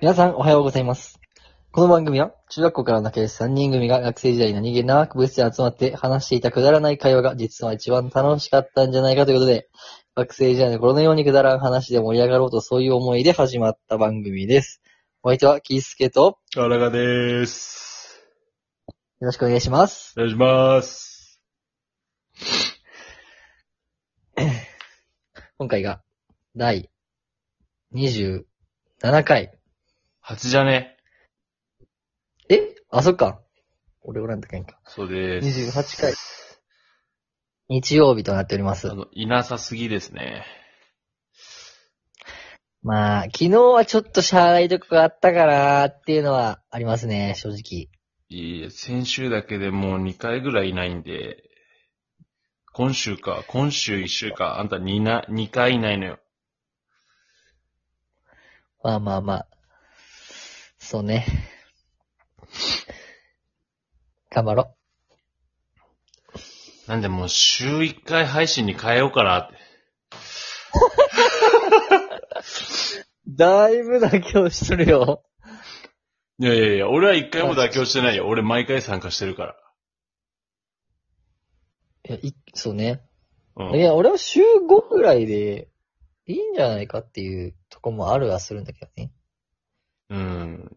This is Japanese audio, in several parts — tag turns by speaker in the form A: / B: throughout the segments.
A: 皆さんおはようございます。この番組は中学校から仲良し3人組が学生時代に何気なく部室に集まって話していたくだらない会話が実は一番楽しかったんじゃないかということで、学生時代の頃のようにくだらん話で盛り上がろうとそういう思いで始まった番組です。お相手はキースケとよ
B: ガラガでーす。
A: ろしくお願いします。
B: お願いします。
A: 今回が第27回。
B: 初じゃね。
A: えあ、そっか。俺おらんとかいんか。
B: そうでーす。
A: 28回。日曜日となっております
B: あ。の、いなさすぎですね。
A: まあ、昨日はちょっと支払いとかがあったからっていうのはありますね、正直。
B: いや、先週だけでもう2回ぐらいいないんで、今週か、今週1週か、あんた2な、2回いないのよ。
A: まあまあまあ。そうね。頑張ろ
B: なんでもう週1回配信に変えようかなって。
A: う。だいぶ妥協しとるよ。
B: いやいやいや、俺は1回も妥協してないよ。俺毎回参加してるから。
A: いや、いそうね。
B: うん。
A: いや、俺は週5ぐらいでいいんじゃないかっていうとこもあるはするんだけどね。
B: うん。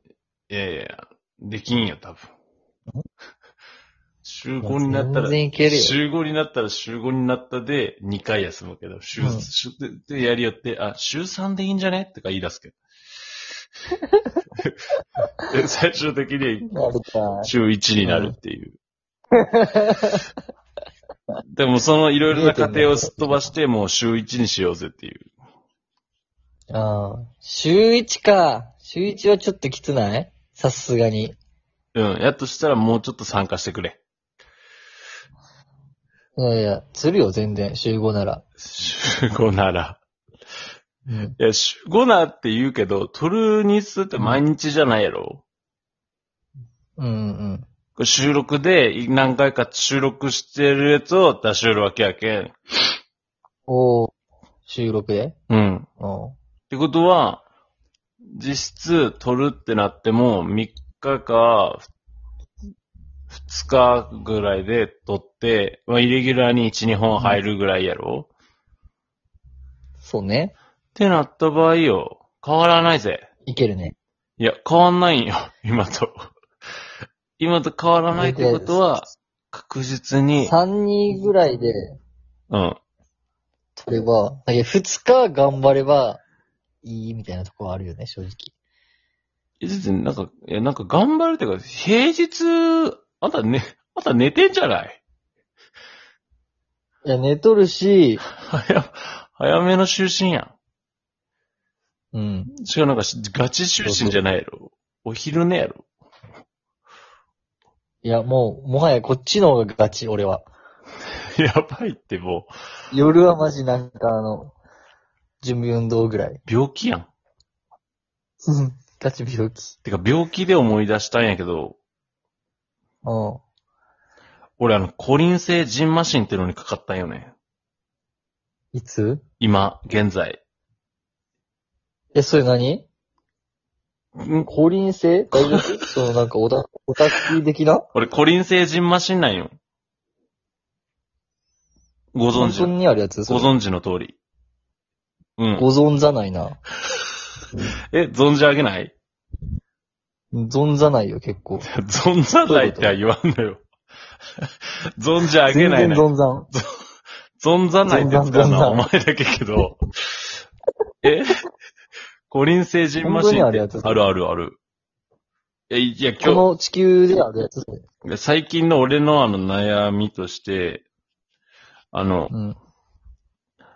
B: いやいや、できんよ、多分。 週5になったら、
A: 全然いけるよ。
B: 週5になったら週5になったで2回休むけど、週、
A: うん
B: 週ででやりよって、あ、週3でいいんじゃねとか言い出すけ ど。で最終的に
A: なるか。
B: 週1になるっていう。でもそのいろいろな過程をすっ飛ばして、もう週1にしようぜっていう。
A: ああ。週1か。週1はちょっときつないさすがに。
B: うん。やっとしたらもうちょっと参加してくれ。
A: いやいや、するよ、全然。週5なら。
B: 週5なら。
A: うん。
B: いや、週5なって言うけど、撮る日数って毎日じゃないやろ、
A: うんうん。
B: 収録で何回か収録してるやつを出しよるわけやけん。
A: おー収録で
B: うん。
A: お
B: ってことは、実質撮るってなっても3日か2日ぐらいで撮って、まあ、イレギュラーに1、2本入るぐらいやろ、
A: そうね。
B: ってなった場合よ、変わらないぜ。
A: いけるね。
B: いや、変わんないんよ、今と。今と変わらないってことは、確実に、
A: 3、2ぐらいで
B: うん。
A: 取れば、だけど2日頑張ればいいみたいなとこはあるよね、正直。
B: え、全然、なんか、いや、なんか頑張るっていうか、平日、あんたね、あんた寝てんじゃない
A: いや、寝とるし、
B: 早、早めの就寝や
A: うん。
B: ん。しかもなんか、ガチ就寝じゃないやろ。お昼寝やろ。
A: いや、もう、もはやこっちの方がガチ、俺は。
B: やばいってもう、
A: 夜はマジなんかあの、準備運動ぐらい。
B: 病気やん。
A: ガチ病気。
B: てか、病気で思い出したんやけど、
A: うん。
B: 俺あの、コリン性ジンマシンってのにかかったんよね。
A: いつ
B: 今、現在。
A: え、それ何
B: ん
A: 降臨性大丈夫そのなんかオタ、オタク的な
B: 俺、コリン性ジンマシンなんよ。ご存知
A: 本当
B: の、
A: にあるやつそ
B: ご
A: れ
B: 存知の通り。うん。
A: ご存ざないな。
B: え、存じ上げない
A: 存ざないよ、結構。
B: 存じ上げないっては言わんのよ。存じ上げ
A: 全
B: ない
A: 然
B: な。
A: 存ざん。
B: 存じ上げないって使うのはお
A: 存
B: 前だけけど。えコリン性ジンマシン
A: 本当に
B: っ
A: ある
B: て
A: やつ
B: あるあるある。え、いや、
A: こ
B: 今
A: の地球であるやつそれ
B: 日、最近の俺のあの悩みとして、あの、
A: うん。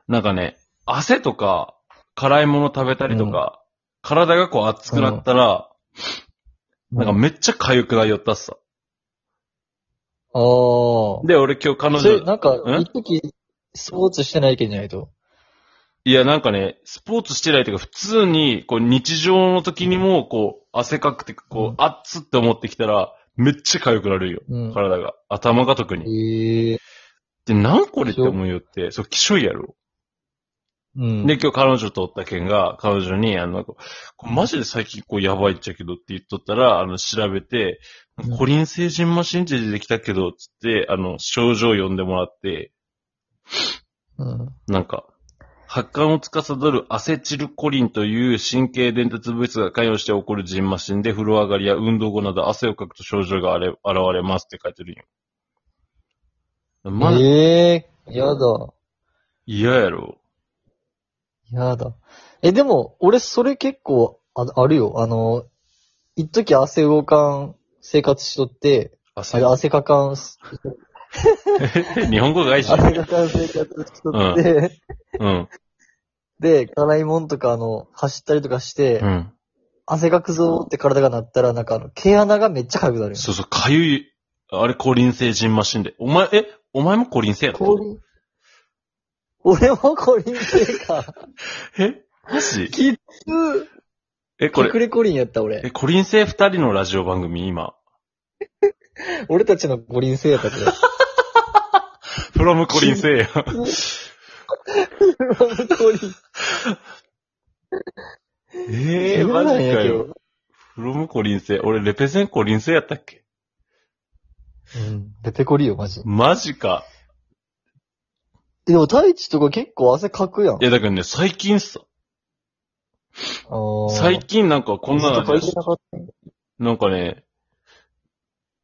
B: なんかね、汗とか、辛いもの食べたりとか、体がこう熱くなったら、なんかめっちゃ痒くなりよったっさ。
A: あー。
B: で、俺今日彼
A: それ、
B: 女、
A: なんか、
B: ん
A: 一時、スポーツしてないけんじゃないと。
B: いや、なんかね、スポーツしてないというか、普通に、こう、日常の時にも、こう、汗かくて、こ
A: う
B: う、
A: ん
B: あっつって思ってきたら、めっちゃ痒くなるよ。
A: うん。
B: 体が。頭が特に。
A: ええ
B: で、なんこれって思うよって、そう、気性やろ。
A: うん。
B: で、今日彼女とおったけんが、彼女に、あの、なんかこれマジで最近こうやばいっちゃけどって言っとったら、あの、調べて
A: うん、
B: コリン成人マシンって出てきたけど、つって、あの、症状を読んでもらって、
A: うん。
B: なんか、発汗を司るアセチルコリンという神経伝達物質が関与して起こるジンマシンで、風呂上がりや運動後など汗をかくと症状があれ現れますって書いてるんよ。まだ
A: ええー、やだ。
B: 嫌やろ。
A: やだ。え、でも、俺、それ結構、ああるよ。あの、一時汗動かん生活しとって、あ
B: 汗
A: れ、。汗かかん、
B: 日本語外し
A: 汗かかん生活しとって、
B: うん。
A: で、辛いもんとか、あの、走ったりとかして、
B: うん。
A: 汗かくぞーって体がなったら、なんかあの、毛穴がめっちゃ痒くなるよ。
B: そうそう、かゆい、あれ、コリン成人マシンで。お前、え、お前もコリン性やろ
A: 氷俺もコリン系か。
B: えマジ
A: きつ
B: え、これ、
A: 隠れコリンやった、
B: え、
A: 俺。
B: コリン性二人のラジオ番組、 今。
A: 俺たちのコリン性やったけど。
B: フロムコリン性や。
A: コリン。
B: ええ
A: 嫌
B: マ
A: なん
B: ジ
A: や
B: か
A: けど
B: よ。フロムコリン性。俺、レペゼンコリン性やったっけ
A: うん。出てこりよ、マジ。
B: マジか。
A: でも、太一とか結構汗かくやん。
B: いや、だからね、最近さ、
A: あー
B: 最近なんかこんな
A: 水とか
B: の
A: いけなかったんや
B: なんかね、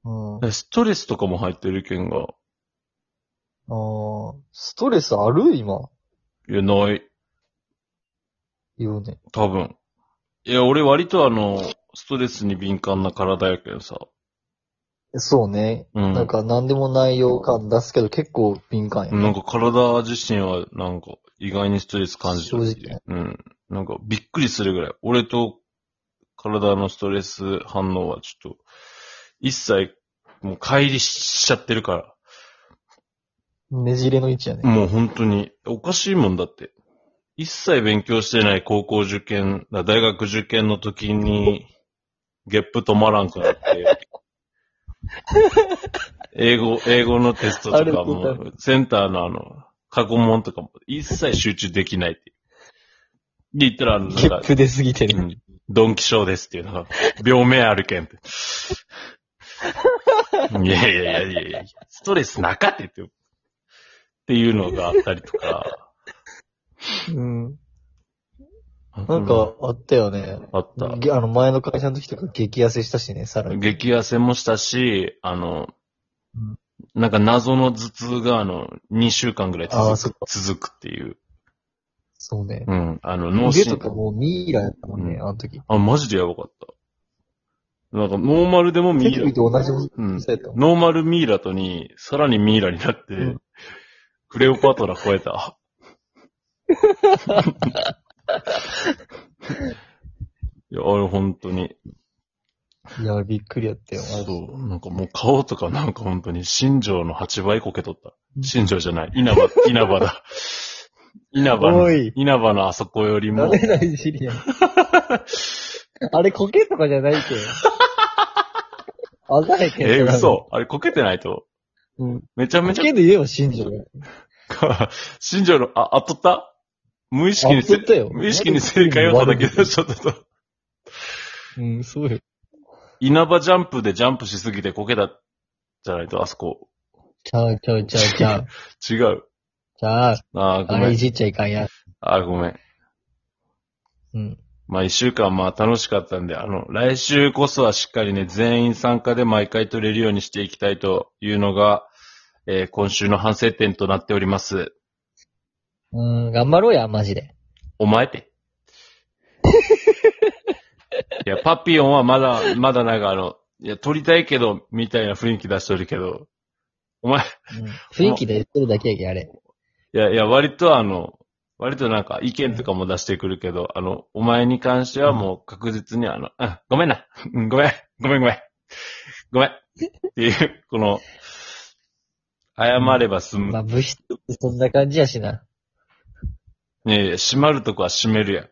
A: うん。
B: ストレスとかも入ってるけんが、
A: あーストレスある今。
B: いや、ない。
A: 言うね。
B: 多分。いや、俺割とあの、ストレスに敏感な体やけどさ。
A: そうね。
B: うん。
A: なんか、何でも内容感出すけど、結構敏感や
B: なんか体自身はなんか意外にストレス感じるってい
A: 正
B: う。うん。なんかびっくりするぐらい。俺と体のストレス反応はちょっと、一切もう乖離しちゃってるか
A: ねじれの位置やね
B: ら。。もう本当に、おかしいもんだって。一切勉強してない高校受験、だ大学受験の時に、ゲップ止まらんくな って。英語、英語のテストとか
A: あれ
B: も、センターのあの、過去問とかも一切集中できないっていう。で、言ったら、あの、なん
A: ゲ
B: か
A: ッ、プ出すぎて
B: う
A: る。
B: んドンキショーですっていうのが、病名あるけ んって。いやいやいやいやいや、ストレスなかってって。っていうのがあったりとか。
A: うん。なんか、、あったよね。
B: あった。
A: げあの、前の会社の時とか激痩せしたしね、さらに。
B: 激痩せもしたし、あの
A: うん、
B: なんか謎の頭痛が、あの、2週間ぐらい
A: ああ、
B: 続
A: そっか
B: く。続くっていう。
A: そうね。
B: うん。あの、脳
A: 腕と
B: 神
A: かもうミイラやったもんね、
B: う
A: あの時。
B: あ、マジでやばかった。なんか、ノーマルでもミ
A: 手
B: イラ
A: 首。と同じも
B: うん
A: の。されたもん。
B: ノーマルミイラとに、さらにミイラになって、
A: うん
B: クレオパトラ超えた。 いや、あれ本当に。
A: いや、びっくりやったよ、マジで
B: そう。なんかもう顔とかなんか本当に新庄の8倍こけとった
A: う。ん
B: 新庄じゃない。稲葉、稲葉だ。稲葉
A: お
B: の、
A: い
B: 稲葉のあそこより
A: な
B: も
A: め、ないじりやん。 あれ、コケとかじゃないけん。あざやけん。
B: え、嘘。あれこけてないと。
A: うん。
B: めちゃめ
A: コ
B: ちゃ
A: ケで言えば信じる。
B: か、新庄の、あ、当たった無意識に
A: 当たったよ
B: 無意識に正解を叩き出しちゃったと。
A: うん、そうよ。
B: 稲葉ジャンプでジャンプしすぎてこけたじゃないと、あそこ。
A: ちゃうちゃうちゃう ちゃう。
B: 違う。
A: ちゃう。
B: あーご
A: あ
B: め
A: れい
B: ん。
A: じっちゃいかんや。
B: あーごめん。
A: うん。
B: まあ一週間まあ楽しかったんで、あの、来週こそはしっかりね、全員参加で毎回取れるようにしていきたいというのが、えー今週の反省点となっております。
A: うん、頑張ろうや、マジで。
B: お前 って。いや、パピオンはまだ、まだなんかあの、いや、撮りたいけど、みたいな雰囲気出してるけど、お前、い
A: 雰囲気で言ってるだけやけん、あれ。
B: や、いや、割とあの、割となんか意見とかも出してくるけど、あの、お前に関してはもう確実にあの、うん、ごめんな、うんごめん、ごめんごめん、ごめん、っていう、この、謝れば済む
A: まあ、物質ってそんな感じやしな。
B: ねえ、閉まるとこは閉めるやん。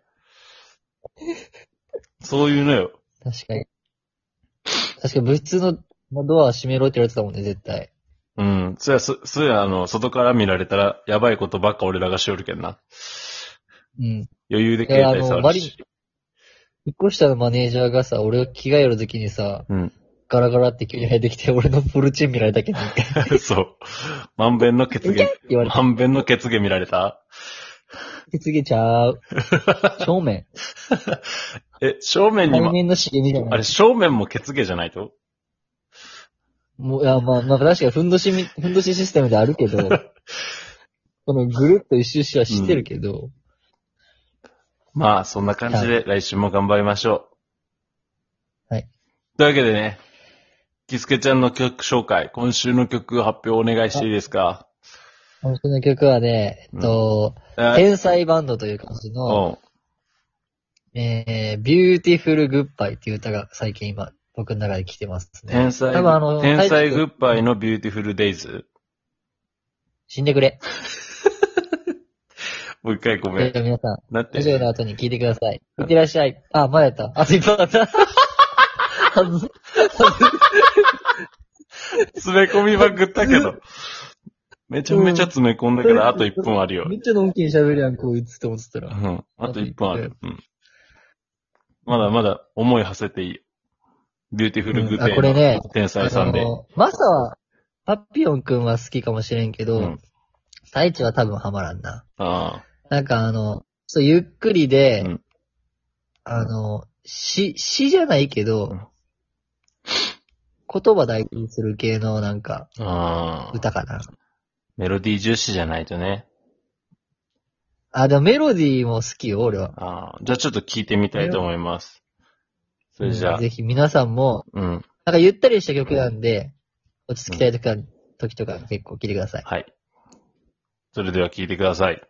B: そういうのよ。
A: 確かに。確かに物質のまあドアは閉めろって言われてたもんね、絶対。
B: うん。そや、そ、そや、あの、外から見られたら、やばいことばっか俺らがしおるけんな。
A: うん。
B: 余裕で携帯触るし。
A: 引っ越したのマネージャーがさ、俺が着替えるときにさ、
B: うん。
A: ガラガラって急に入ってきて、俺のフルチン見られたけど、
B: そう。万遍の血
A: うけ
B: 芸
A: っ。言われた。
B: 万遍の血芸見られた
A: つげちゃう。正面。
B: え、正面に
A: 対
B: も、
A: 面の茂みじゃ
B: あ
A: ない
B: れ、。正面も血芸じゃないと
A: もう、いや、まあ、まあ、確かに、ふんどしみ、ふんどしシステムであるけど、このぐるっと一周しはしてるけど、
B: まあ、そんな感じで来週も頑張りましょう。
A: はい。
B: というわけでね、キスケちゃんの曲紹介、今週の曲発表お願いしていいですか
A: 本当の曲はね、えっと、
B: え
A: 天才バンドという感じ
B: う
A: の、
B: ん。
A: えー、ビューティフルグッバイっていう歌が最近今、僕の中で来てますね。
B: 天才、
A: 多分あの
B: 天
A: タイ
B: 才
A: トル
B: グッバイのビューティフルデイズ。
A: 死んでくれ。
B: もう一回ごめん。
A: では皆さん、
B: だっ
A: 以上
B: て、
A: の後に聞いてください。いってらっしゃい。あ、まだやった。あと一本だ った。はず
B: 詰め込みまくったけど。めちゃめちゃ詰め込んだけ
A: うん
B: ど、あと1分あるよ。
A: めっちゃのんきに喋るやん、こいつと思ってた
B: う
A: ら。
B: ん。あと1分ある。うん。まだまだ思い馳せていい。ビューティフルグッ
A: うんあこれ
B: デイ
A: ね
B: の天才さんで。
A: あのマサは、パピオンくんは好きかもしれんけ
B: う
A: ど、
B: ん。
A: 太一は多分ハマらんな。
B: あ
A: なんかあの、そう、ゆっくりで、
B: うん
A: あの、詩、詩じゃないけど、
B: うん
A: 言葉大事にする系のなんか、
B: あ。ああ。
A: 歌かな。
B: メロディー重視じゃないとね。
A: あ、でもメロディーも好きよ、俺は。
B: ああ。じゃあちょっと聞いてみたいと思います。それじゃあ、
A: ぜひ皆さんも、
B: うん。
A: なんかゆったりした曲なんで、落ち着きたい時は時とか結構聴いてください。
B: はい。それでは聞いてください。